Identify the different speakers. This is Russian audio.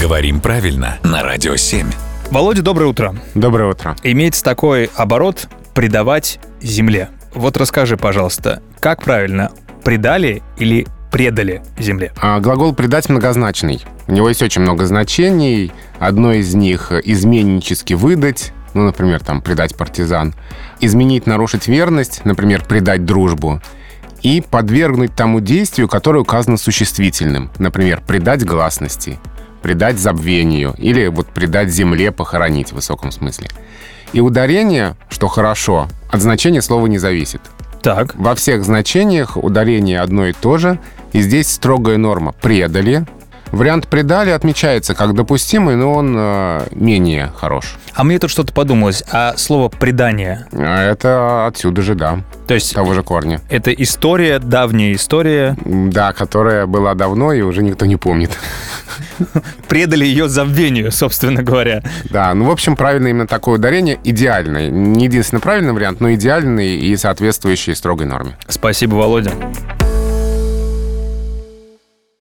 Speaker 1: Говорим правильно на Радио 7.
Speaker 2: Володя, доброе утро.
Speaker 3: Доброе утро.
Speaker 2: Имеется такой оборот «предавать земле». Вот расскажи, пожалуйста, как правильно «предали» или «предали земле»?
Speaker 3: А, Глагол «предать» многозначный. У него есть очень много значений. Одно из них — изменнически выдать, ну, например, там, предать партизан. Изменить, нарушить верность, например, предать дружбу. И подвергнуть тому действию, которое указано существительным. Например, предать гласности, предать забвению или вот предать земле, похоронить в высоком смысле. И ударение, что хорошо, от значения слова не зависит.
Speaker 2: Так,
Speaker 3: Во всех значениях ударение одно и то же, и здесь строгая норма «предали». Вариант «предали» отмечается как допустимый, но он э, менее хорош.
Speaker 2: а мне тут что-то подумалось, а слово «предание»,
Speaker 3: А Это отсюда же, да,
Speaker 2: то есть
Speaker 3: того же корня.
Speaker 2: это история, давняя история,
Speaker 3: М, Да, которая была давно и уже никто не помнит.
Speaker 2: предали ее забвению, собственно говоря.
Speaker 3: Да, ну, в общем, правильно именно такое ударение идеальное. Не единственный правильный вариант, но идеальный и соответствующий строгой норме.
Speaker 2: Спасибо, Володя.